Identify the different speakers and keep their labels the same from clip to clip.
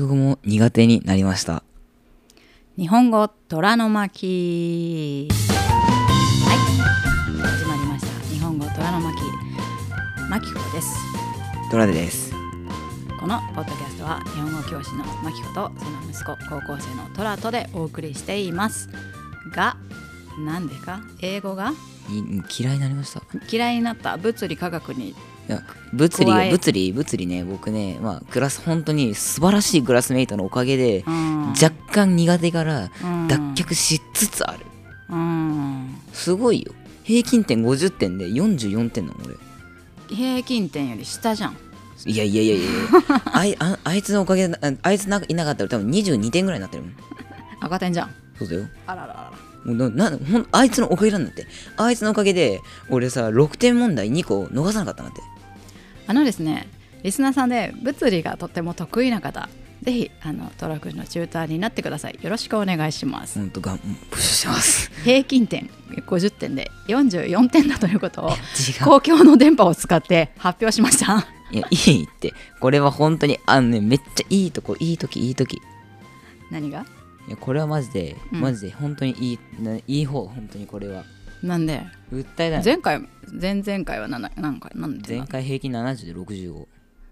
Speaker 1: 語も苦手になりました
Speaker 2: 日本語虎の巻はい始まりました日本語虎の巻巻子です
Speaker 1: トラデです
Speaker 2: このポッドキャストは日本語教師の巻子とその息子高校生の虎とでお送りしていますがなんでか英語が
Speaker 1: い嫌いになりましたい
Speaker 2: 嫌いになった物理科学に
Speaker 1: や物理
Speaker 2: 怖い
Speaker 1: 物理物理ね僕ねまあクラス本当に素晴らしいクラスメイトのおかげで
Speaker 2: うん
Speaker 1: 若干苦手から
Speaker 2: うん
Speaker 1: 脱却しつつある
Speaker 2: うん
Speaker 1: すごいよ平均点50点で44点なの俺
Speaker 2: 平均点より下じゃん
Speaker 1: いやいやいやいやいや あいああいつのおかげでああいつなんかいなかったら多分22点ぐらいになってるもん
Speaker 2: 赤点じゃん
Speaker 1: そうだよ
Speaker 2: あららら
Speaker 1: もうななほんあいつのおかげなんだってあいつのおかげで俺さ6点問題2個逃さなかったんだって
Speaker 2: あのですねリスナーさんで物理がとっても得意な方ぜひあのトラ君のチューターになってくださいよろしくお願いします
Speaker 1: ほんとがんプッシュしてます
Speaker 2: 平均点50点で44点だとい うことを
Speaker 1: 違う
Speaker 2: 公共の電波を使って発表しました
Speaker 1: いやいいってこれは本当にあのねめっちゃいいとこいい時いい時
Speaker 2: 何が
Speaker 1: いやこれはマジで、
Speaker 2: うん
Speaker 1: マジで本当にいいないい方本当にこれは
Speaker 2: なんで
Speaker 1: 訴えだよ
Speaker 2: 前回前々回は何何回なんていう
Speaker 1: 前
Speaker 2: の
Speaker 1: 回平均70で65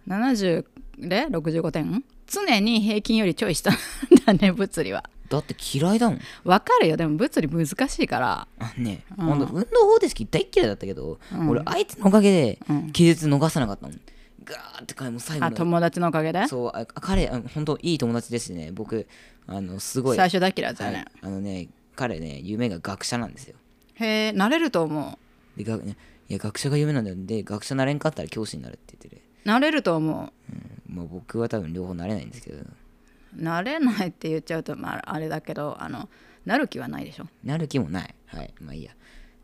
Speaker 2: 70で65点常に平均よりちょい下 なんだね物理は
Speaker 1: だって嫌いだもん
Speaker 2: わかるよでも物理難しいから
Speaker 1: あね、
Speaker 2: うん
Speaker 1: ほんと運動方程式大嫌いだったけど、
Speaker 2: うん
Speaker 1: 俺あいつのおかげで
Speaker 2: うん
Speaker 1: 気絶逃さなかったもんガーってかもう最後
Speaker 2: あ
Speaker 1: の
Speaker 2: 友達のおかげで
Speaker 1: そうあ彼あ本当いい友達ですね僕あのすごい
Speaker 2: 最初だけだったよね、
Speaker 1: はいあのね彼ね夢が学者なんですよ
Speaker 2: へえなれると思
Speaker 1: でがいや学者が夢なんだよで学者なれんかったら教師になるって言ってる、
Speaker 2: うなれると思
Speaker 1: まあ、僕は多分両方なれないんですけど
Speaker 2: うなれないって言っちゃうと、まあ、あれだけどあのなる気はないでしょ
Speaker 1: なる気もないはいまあいいや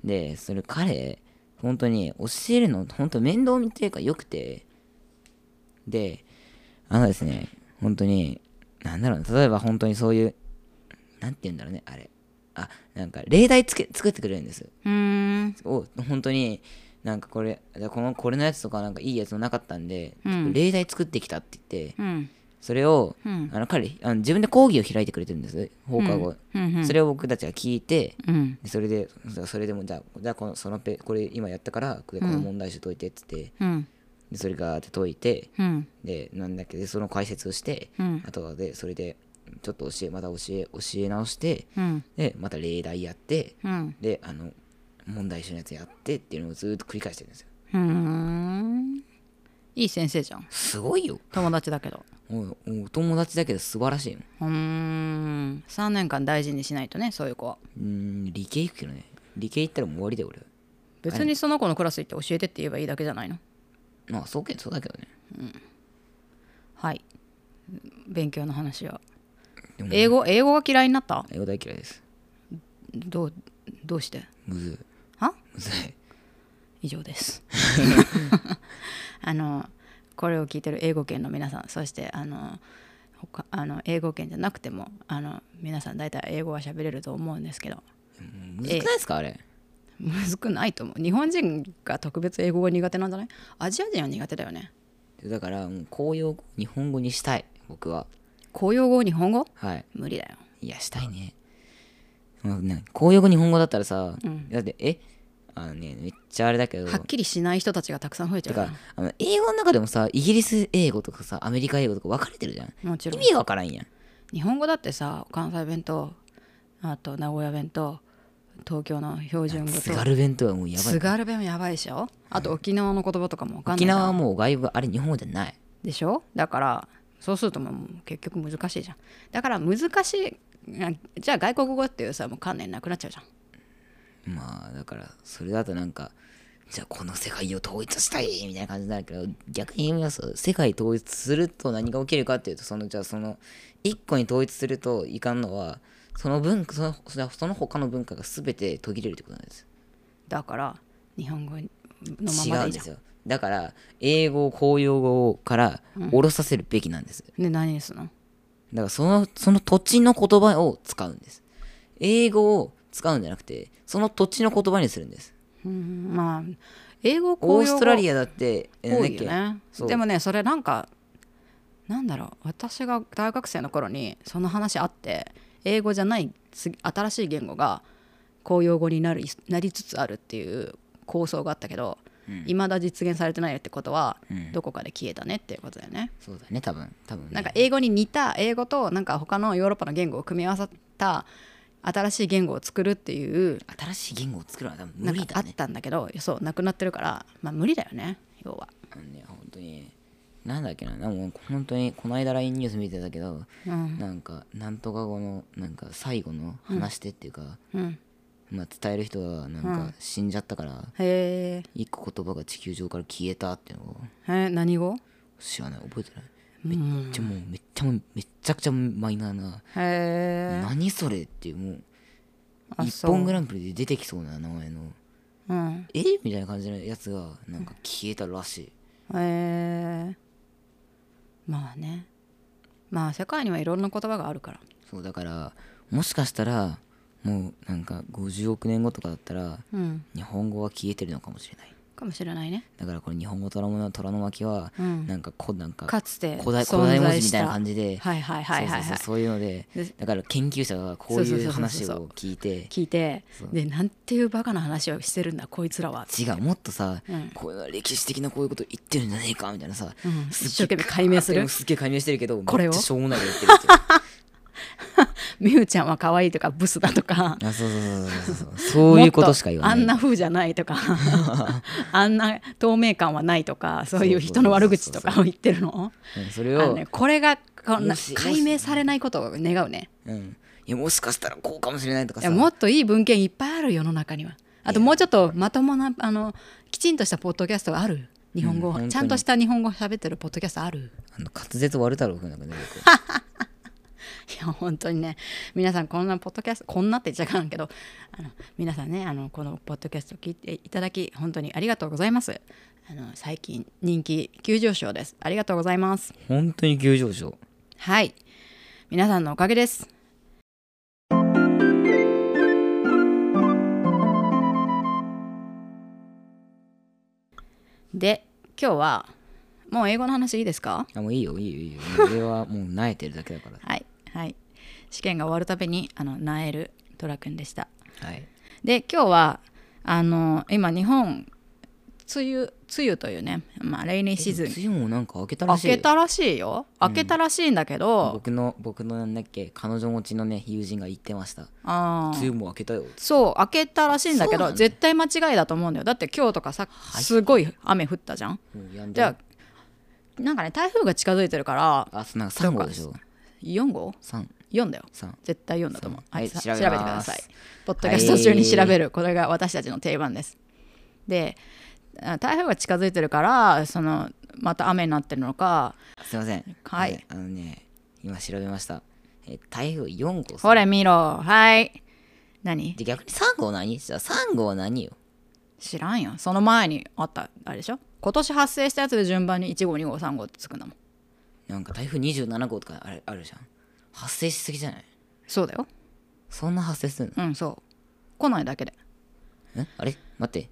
Speaker 1: でそれ彼本当に教えるの本当面倒見っていうかよくてであのですね本当になんだろうな例えば本当にそういうなんて言うんだろうねあれあなんか例題つけ作ってくれるんです
Speaker 2: うーん
Speaker 1: を本当になんかこれこのこれのやつとかなんかいいやつもなかったんで、
Speaker 2: うん
Speaker 1: 例題作ってきたって言って
Speaker 2: うん
Speaker 1: それを、
Speaker 2: うん
Speaker 1: あの彼あの自分で講義を開いてくれてるんです放課後、
Speaker 2: うんうん
Speaker 1: それを僕たちが聞いて
Speaker 2: うん
Speaker 1: でそれでそれでもじゃあじゃあこのそのペこれ今やったからこれこの問題集解いてっつって、
Speaker 2: うん
Speaker 1: でそれがって解いて
Speaker 2: うん
Speaker 1: でなんだっけでその解説をして、
Speaker 2: うん
Speaker 1: あとはでそれでちょっと教えまた教え教え直して
Speaker 2: うん
Speaker 1: でまた例題やって
Speaker 2: うん
Speaker 1: であの問題集のやつやってっていうのをずーっと繰り返してるんですよ
Speaker 2: うーんいい先生じゃん
Speaker 1: すごいよ
Speaker 2: 友達だけど
Speaker 1: おお友達だけど素晴らしいもん
Speaker 2: うーん3年間大事にしないとねそういう子は
Speaker 1: うーん理系行くけどね理系行ったらもう終わりだよ俺
Speaker 2: 別にその子のクラス行って教えてって言えばいいだけじゃないの
Speaker 1: まあそうけそうだけどね
Speaker 2: はい勉強の話は
Speaker 1: でも
Speaker 2: 英語英語が嫌いになった
Speaker 1: 英語大嫌いです
Speaker 2: どうどうして
Speaker 1: むずい
Speaker 2: は
Speaker 1: む ずい
Speaker 2: 以上です あのこれを聞いてる英語圏の皆さんそしてあの他あの英語圏じゃなくてもあの皆さん大体英語は喋れると思うんですけど
Speaker 1: もうむずくないですかあれ
Speaker 2: むずくないと思う日本人が特別英語が苦手なんじゃないアジア人は苦手だよね
Speaker 1: でだからもう公用語日本語にしたい僕は
Speaker 2: 公用語を日本語
Speaker 1: はい
Speaker 2: 無理だよ
Speaker 1: いやしたいね、まあ、ね公用語日本語だったらさ、だってえあのねめっちゃあれだけど
Speaker 2: はっきりしない人たちがたくさん増えちゃ
Speaker 1: だ
Speaker 2: うか
Speaker 1: から
Speaker 2: ら
Speaker 1: あの英語の中でもさイギリス英語とかさアメリカ英語とか分かれてるじゃん
Speaker 2: もち
Speaker 1: 意
Speaker 2: ろん
Speaker 1: 味が分からんやん
Speaker 2: 日本語だってさ関西弁とあと名古屋弁と東京の標準語と
Speaker 1: 津軽弁とはもうやばい
Speaker 2: 津軽弁もやばいでしょあと沖縄の言葉とかもわかんな
Speaker 1: 沖
Speaker 2: いから
Speaker 1: 縄はもう外部あれ日本語じゃない
Speaker 2: でしょだからそうするともう結局難しいじゃんだから難しいあじゃあ外国語っていうさもう観念なくなっちゃうじゃん
Speaker 1: まあだからそれだとなんかじゃあこの世界を統一したいみたいな感じになるけど逆に言いますと世界統一すると何が起きるかっていうとそのじゃあその一個に統一するといかんのはその文そのそのその他の文化が全て途切れるってことなんです
Speaker 2: だから日本語の
Speaker 1: 違
Speaker 2: まま
Speaker 1: うん
Speaker 2: でい
Speaker 1: で
Speaker 2: いじゃん
Speaker 1: すよだから英語を公用語から下ろさせるべきなんです、
Speaker 2: で何にするの
Speaker 1: だからそのその土地の言葉を使うんです英語を使うんじゃなくてその土地の言葉にするんです
Speaker 2: うんまあ英語公
Speaker 1: オ
Speaker 2: 用
Speaker 1: ー
Speaker 2: 語
Speaker 1: ストラリアだってえ
Speaker 2: 多
Speaker 1: なんだっ
Speaker 2: い
Speaker 1: け
Speaker 2: よね
Speaker 1: そう
Speaker 2: でもねそれなんかなんだろう私が大学生の頃にその話あって英語じゃない次新しい言語が公用語になるなりつつあるっていう構想があったけど
Speaker 1: うん
Speaker 2: 未だ実現されてないってことは
Speaker 1: うん
Speaker 2: どこかで消えたねっていうことだよね。
Speaker 1: そうだね多分多分ね
Speaker 2: なんか英語に似た英語となんか他のヨーロッパの言語を組み合わさった新しい言語を作るっていう
Speaker 1: 新しい言語を作るのは多分
Speaker 2: な
Speaker 1: 無
Speaker 2: ん
Speaker 1: 理
Speaker 2: かあ
Speaker 1: だ
Speaker 2: っ
Speaker 1: ね
Speaker 2: たんだけどそうなくなってるからまあ無理だよね要は。
Speaker 1: あのね本当になんだっけななんか本当にこの間 LINE ニュース見てたけど
Speaker 2: うん
Speaker 1: なんかなんとか語のなんか最後の話してっていうか、
Speaker 2: うん、
Speaker 1: まあ、伝える人がなん
Speaker 2: う
Speaker 1: か
Speaker 2: ん
Speaker 1: 死んじゃったから、
Speaker 2: へ
Speaker 1: 一個言葉が地球上から消えたっていうのを
Speaker 2: えへえ何語
Speaker 1: 知らない覚えてない
Speaker 2: うん
Speaker 1: じゃもうめっちゃもうめっちゃくちゃマイナーな、
Speaker 2: へえ
Speaker 1: 何それっていうもう
Speaker 2: あ
Speaker 1: 一
Speaker 2: そう
Speaker 1: 本グランプリで出てきそうな名前の
Speaker 2: うん
Speaker 1: えみたいな感じのやつがなんか消えたらしい、
Speaker 2: へえまあねまあ世界にはいろんな言葉があるから
Speaker 1: そうだからもしかしたらもうなんか50億年後とかだったら
Speaker 2: うん
Speaker 1: 日本語は消えてるのかもしれない
Speaker 2: かもしれないね
Speaker 1: だからこれ日本語虎の虎の巻は
Speaker 2: うん
Speaker 1: なんかこなんか
Speaker 2: かつて
Speaker 1: 古代古
Speaker 2: 存在
Speaker 1: 代文字
Speaker 2: した
Speaker 1: みたいな感じで
Speaker 2: はいはいはいはい
Speaker 1: そ
Speaker 2: は
Speaker 1: うそうそう
Speaker 2: い
Speaker 1: そういうので
Speaker 2: で
Speaker 1: だから研究者がこう
Speaker 2: そうそう
Speaker 1: い
Speaker 2: そううそうそ
Speaker 1: 話
Speaker 2: う
Speaker 1: を聞いて
Speaker 2: 聞いて
Speaker 1: そう
Speaker 2: でなんていうバカな話をしてるんだこいつらは
Speaker 1: 違うもっとさ、
Speaker 2: うん
Speaker 1: こういうのは歴史的なこういうこと言ってるんじゃねえかみたいなさ、
Speaker 2: う
Speaker 1: す
Speaker 2: ん
Speaker 1: っげえ
Speaker 2: 一生懸命解明す
Speaker 1: ガ
Speaker 2: る
Speaker 1: ーッてすっげえ解明してるけど
Speaker 2: これを
Speaker 1: めっちゃしょうもないこと言ってるって
Speaker 2: みゆちゃんは可愛いとかブスだとか
Speaker 1: いうあそうそうそうそうそうそういうことしか言わない
Speaker 2: もっとあんな風じゃな いとかあんな透明感はないとかそういう人の悪口とかを言ってるの
Speaker 1: うんそれ
Speaker 2: あの
Speaker 1: を、
Speaker 2: ねこれがこん
Speaker 1: も
Speaker 2: な
Speaker 1: し
Speaker 2: 解明されないことを願うね
Speaker 1: うん、いやもしかしたらこうかもしれないとか
Speaker 2: い
Speaker 1: さ
Speaker 2: やもっといい文献いっぱいある世の中にはあともうちょっとまともなあのきちんとしたポッドキャストがある日本語、
Speaker 1: うん本当に
Speaker 2: ちゃんとした日本語を喋ってるポッドキャストある
Speaker 1: あの滑舌悪太郎くんなんかね
Speaker 2: いや本当にね皆さんこんなポッドキャストこんなって言っちゃいかんけどあの皆さんねあのこのポッドキャスト聞いていただき本当にありがとうございますあの最近人気急上昇ですありがとうございます
Speaker 1: 僕本当に急上昇
Speaker 2: はい皆さんのおかげですで今日はもう英語の話いいですか
Speaker 1: あもういいよいいよいいよもう俺はもう萎えてるだけだか
Speaker 2: はいはい試験が終わるたびにあのなえるトラくんでした
Speaker 1: らはい
Speaker 2: で今日はあの今日本梅雨梅雨というね、まあ、レイニーシーズン
Speaker 1: 梅雨もなんか明けたら
Speaker 2: 明
Speaker 1: しい
Speaker 2: けたらしいよ明けたらしいんだけど、
Speaker 1: 僕の僕のなんだっけ彼女持ちのね友人が言ってました
Speaker 2: あー
Speaker 1: 梅雨も明けたよ
Speaker 2: そう明けたらしいんだけ
Speaker 1: そうな
Speaker 2: ど
Speaker 1: んだ
Speaker 2: 絶対間違いだと思うんだよだって今日とかさ
Speaker 1: い
Speaker 2: すごい雨降ったじゃん、
Speaker 1: もうやん
Speaker 2: じ
Speaker 1: だ
Speaker 2: ゃあなんかね台風が近づいてるから
Speaker 1: あそうなんか3号でしょ
Speaker 2: 4号
Speaker 1: 三
Speaker 2: 4だよ
Speaker 1: 三
Speaker 2: 絶対4だと思う
Speaker 1: そうはい
Speaker 2: さ
Speaker 1: 調べます
Speaker 2: てくださいポッドキャスト中に調べる、これが私たちの定番ですであ台風が近づいてるからそのまた雨になってるのか
Speaker 1: すいません
Speaker 2: はい
Speaker 1: あのね今調べましたえ台風4号
Speaker 2: ほれ見ろはい何
Speaker 1: で逆に3号何じゃあ3号何よ
Speaker 2: 知らんよその前にあったあれでしょ今年発生したやつで順番に1号2号3号ってつくんだもん
Speaker 1: なんか台風27号とかあれあるじゃん発生しすぎじゃない
Speaker 2: そうだよ
Speaker 1: そんな発生するの
Speaker 2: うんそう来ないだけで
Speaker 1: えあれ待って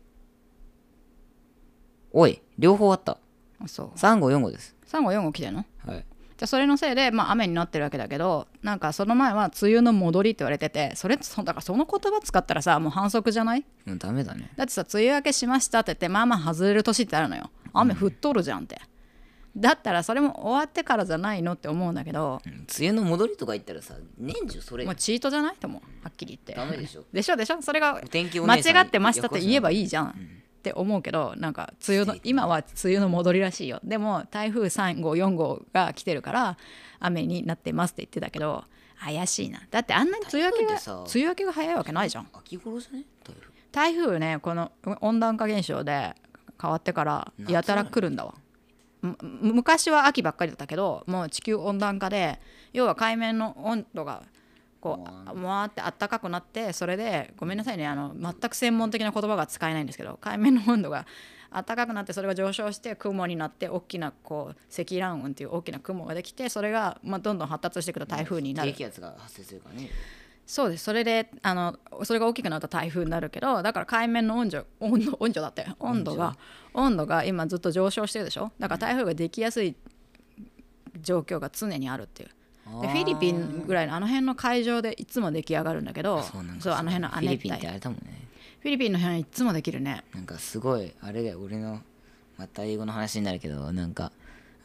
Speaker 1: おい両方あった
Speaker 2: あそう
Speaker 1: 3号4号です
Speaker 2: 3号4号来てんの
Speaker 1: はい
Speaker 2: じゃあそれのせいで、まあ、雨になってるわけだけどなんかその前は梅雨の戻りって言われててそれそだからその言葉使ったらさもう反則じゃない
Speaker 1: もうダメだね
Speaker 2: だってさ梅雨明けしましたって言ってまあまあ外れる年ってあるのよ雨降っとるじゃんって、だったらそれも終わってからじゃないのって思うんだけど
Speaker 1: うん梅雨の戻りとか言ったらさ年中それ
Speaker 2: もうチートじゃないと思うはっきり言って
Speaker 1: ダメでしょ
Speaker 2: でしょでしょそれが
Speaker 1: お天気お
Speaker 2: 間
Speaker 1: 姉さん
Speaker 2: 違ってましたって言えば
Speaker 1: い
Speaker 2: いいじゃんって思うけどなんか梅雨の
Speaker 1: 素敵
Speaker 2: 今は梅雨の戻りらしいよでも台風3号4号が来てるから雨になってますって言ってたけど怪しいなだってあんなに梅雨明けが
Speaker 1: 台風
Speaker 2: 梅
Speaker 1: ってさ
Speaker 2: 雨明けが早いわけないじゃん
Speaker 1: 秋頃じゃね台風
Speaker 2: 台風ねこの温暖化現象で変わってから
Speaker 1: 夏
Speaker 2: やたら来るんだわむむ昔は秋ばっかりだったけどもう地球温暖化で要は海面の温度がこ
Speaker 1: もわ
Speaker 2: うわーってあったかくなってそれでごめんなさいねあの全く専門的な言葉が使えないんですけど海面の温度があったかくなってそれが上昇して雲になって大きなこう積乱雲っていう大きな雲ができてそれがまあどんどん発達していくと台風になる
Speaker 1: 低気圧が発生するからね
Speaker 2: そうですそれであのそれが大きくなった台風になるけどだから海面の温度温度温度だって温度が温度が今ずっと上昇してるでしょだから台風ができやすい状況が常にあるっていう
Speaker 1: あ
Speaker 2: で
Speaker 1: ー
Speaker 2: フィリピンぐらいのあの辺の会場でいつも出来上がるんだけど
Speaker 1: そうなんか
Speaker 2: そうあの辺の
Speaker 1: フ
Speaker 2: 亜
Speaker 1: ィリ
Speaker 2: 熱
Speaker 1: ピン
Speaker 2: 帯
Speaker 1: ってあれだもんね
Speaker 2: フィリピンの辺いつもできるね
Speaker 1: なんかすごいあれだよ俺のまた英語の話になるけどなんか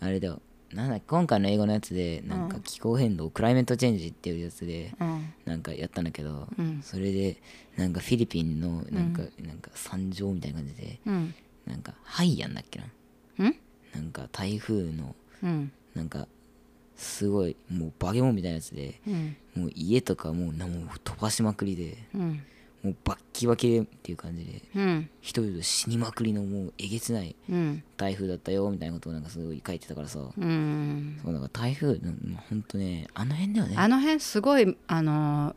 Speaker 1: あれだよなんだっけ今回の英語のやつでなんか気候変動、クライメットチェンジっていうやつで
Speaker 2: うん
Speaker 1: なんかやったんだけど、
Speaker 2: うん
Speaker 1: それでなんかフィリピンのなんか、なんか山上みたいな感じで
Speaker 2: うん
Speaker 1: なんかハイヤンだっけな
Speaker 2: うん
Speaker 1: なんか台風の
Speaker 2: うん
Speaker 1: なんかすごいもうバケモンみたいなやつで
Speaker 2: うん
Speaker 1: もう家とかもうなもう飛ばしまくりで
Speaker 2: うん
Speaker 1: もうバッキバキでっていう感じで
Speaker 2: うん
Speaker 1: 人々死にまくりのもうえげつない
Speaker 2: うん
Speaker 1: 台風だったよみたいなことをなんかすごい書いてたからさ、
Speaker 2: うん
Speaker 1: そうだから台風うんほんとねあの辺だよね
Speaker 2: あの辺すごいあの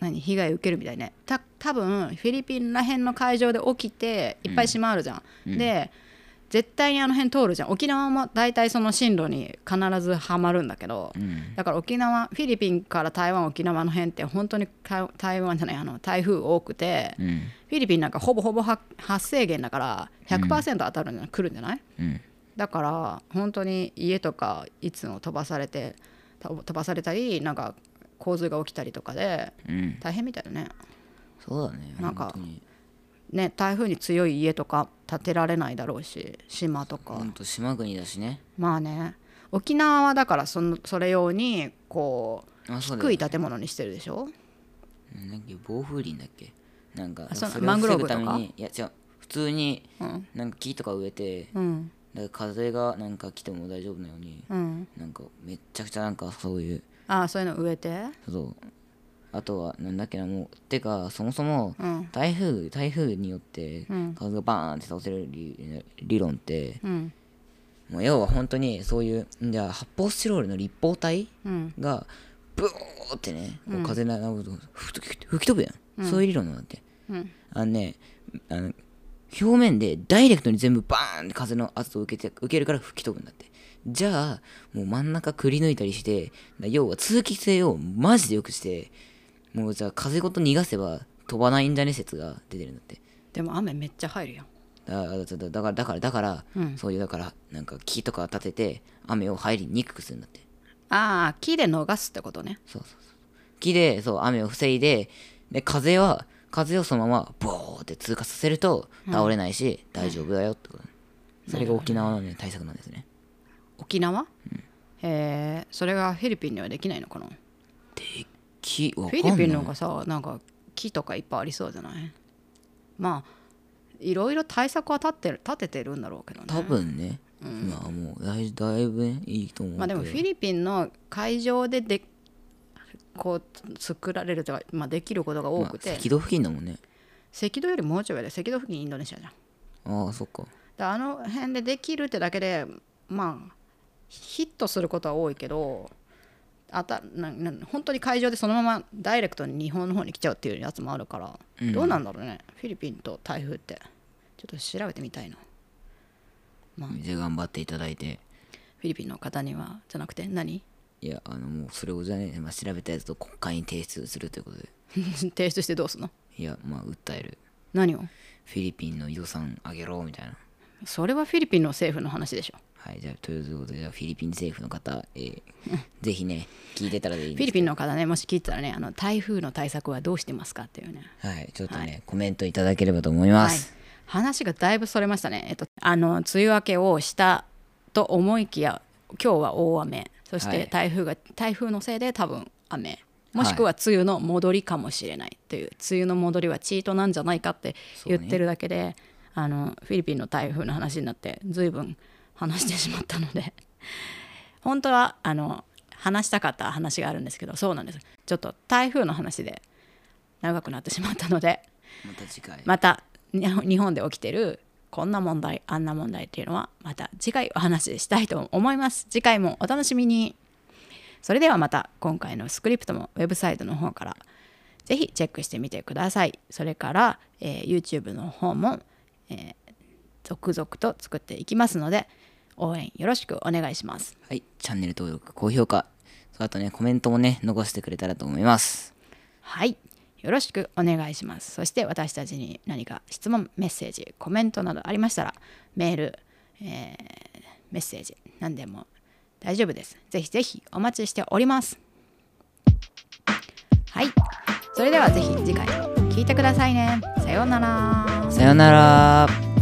Speaker 2: 何被害受けるみたいねた多分フィリピンら辺の海上で起きていっぱい島あるじゃん、で絶対にあの辺通るじゃん沖縄も大体その進路に必ずはまるんだけど、
Speaker 1: うん
Speaker 2: だから沖縄フィリピンから台湾沖縄の辺って本当に台台湾じゃないあの台風多くて、
Speaker 1: うん
Speaker 2: フィリピンなんかほぼほぼは発生源だから100%当たるんじゃない、来るんじゃない
Speaker 1: うん
Speaker 2: だから本当に家とかいつも飛ばされてた飛ばされたりなんか洪水が起きたりとかで
Speaker 1: うん
Speaker 2: 大変みたいだね
Speaker 1: そうだね
Speaker 2: なんか
Speaker 1: ほんとに
Speaker 2: ね台風に強い家とか建てられないだろうし島とか
Speaker 1: ほんと島国だしね
Speaker 2: まあね沖縄はだからそのそれ用にこう
Speaker 1: あそうだよ
Speaker 2: 低い建物にしてるでしょ
Speaker 1: うんなんだっけ暴風林だっけなんか
Speaker 2: あそう
Speaker 1: れを
Speaker 2: マングローブ
Speaker 1: 防ぐため
Speaker 2: とか
Speaker 1: にいや違う普通に
Speaker 2: うん
Speaker 1: なんか木とか植えて、
Speaker 2: うん
Speaker 1: だから風がなんか来ても大丈夫なように、
Speaker 2: うん
Speaker 1: なんかめっちゃくちゃなんかそういう
Speaker 2: ああそういうの植えて
Speaker 1: そうあとはなんだっけなもうてかそもそも
Speaker 2: うん
Speaker 1: 台風台風によって
Speaker 2: うん
Speaker 1: 風がバーンって倒せる理理論って
Speaker 2: うん
Speaker 1: もう要は本当にそういうじゃあ発泡スチロールの立方体
Speaker 2: うん
Speaker 1: がブオーってねこう風が流ると吹き吹き飛ぶやん、そういう理論なんだって
Speaker 2: うん
Speaker 1: あのねあの表面でダイレクトに全部バーンって風の圧を受けて受けるから吹き飛ぶんだってじゃあもう真ん中くり抜いたりしてだ要は通気性をマジで良くしてもうじゃあ風ごと逃がせば飛ばないんじゃね説が出てるんだって
Speaker 2: でも雨めっちゃ入るよ
Speaker 1: だだだだからだからだから、
Speaker 2: うん
Speaker 1: そういうだからなんか木とか立てて雨を入りにくくするんだって
Speaker 2: ああ木で逃すってことね
Speaker 1: そうそうそう木でそう雨を防いでで風は風をそのままボーって通過させると倒れないし、大丈夫だよってこと、それが沖縄の、ね、対策なんですね
Speaker 2: 沖縄、へえそれがフィリピンにはできないのかな
Speaker 1: 木わ
Speaker 2: フ
Speaker 1: かん
Speaker 2: ィ
Speaker 1: ない
Speaker 2: リピンの方がさなんか木とかいっぱいありそうじゃないまあいろいろ対策は立ってる立ててるんだろうけどね
Speaker 1: 多分ね、まあもうだいだいぶねいいと思うけど
Speaker 2: まあでもフィリピンの会場ででこう作られるとか、まあ、できることが多くて、
Speaker 1: まあ、赤道付近だもんね
Speaker 2: 赤道よりもうちょい上で赤道付近インドネシアじゃん
Speaker 1: ああそっか
Speaker 2: だあの辺でできるってだけでまあヒットすることは多いけどあたなな本当に会場でそのままダイレクトに日本の方に来ちゃうっていうやつもあるから、どうなんだろうねフィリピンと台風ってちょっと調べてみたいな
Speaker 1: じゃあ頑張っていただいて
Speaker 2: フィリピンの方にはじゃなくて何
Speaker 1: いやあのもうそれをじゃね、まあ、調べたやつと国会に提出するということで
Speaker 2: 提出してどうすんの
Speaker 1: いやまあ訴える
Speaker 2: 何を
Speaker 1: フィリピンの予算上げろみたいな
Speaker 2: それはフィリピンの政府の話でしょ
Speaker 1: はい、じゃあ、ということで、じゃあフィリピン政府の方、えーぜひね、聞いてたらでいいん
Speaker 2: フィ
Speaker 1: で
Speaker 2: リピンの方ねもし聞いてたらねあの台風の対策はどうしてますかっていうね
Speaker 1: はい、ちょっとね、コメントいただければと思います。
Speaker 2: はい、話がだいぶそれましたね、えっと、あの梅雨明けをしたと思いきや今日は大雨そし
Speaker 1: はい
Speaker 2: て台風が、台風のせいで多分雨もしくは梅雨の戻りかもしれないという、梅雨の戻りはチートなんじゃないかって言ってるだけで、あのフィリピンの台風の話になって随分話してしまったので 本当はあの話したかった話があるんですけどそうなんですちょっと台風の話で長くなってしまったので。
Speaker 1: また次回、
Speaker 2: また に日本で起きてるこんな問題あんな問題っていうのはまた次回お話ししたいと思います次回もお楽しみにそれではまた今回のスクリプトもウェブサイトの方からぜひチェックしてみてくださいそれから、えー YouTube の方も、えー続々と作っていきますので応援よろしくお願いします
Speaker 1: はい、チャンネル登録、高評価、その後ね、コメントもね、残してくれたらと思います。
Speaker 2: はい。よろしくお願いします。そして私たちに何か質問、メッセージ、コメントなどありましたら、メール、えーメッセージ、何でも大丈夫ですぜひぜひお待ちしておりますはいそれではぜひ次回聞いてくださいねさようなら
Speaker 1: さよなら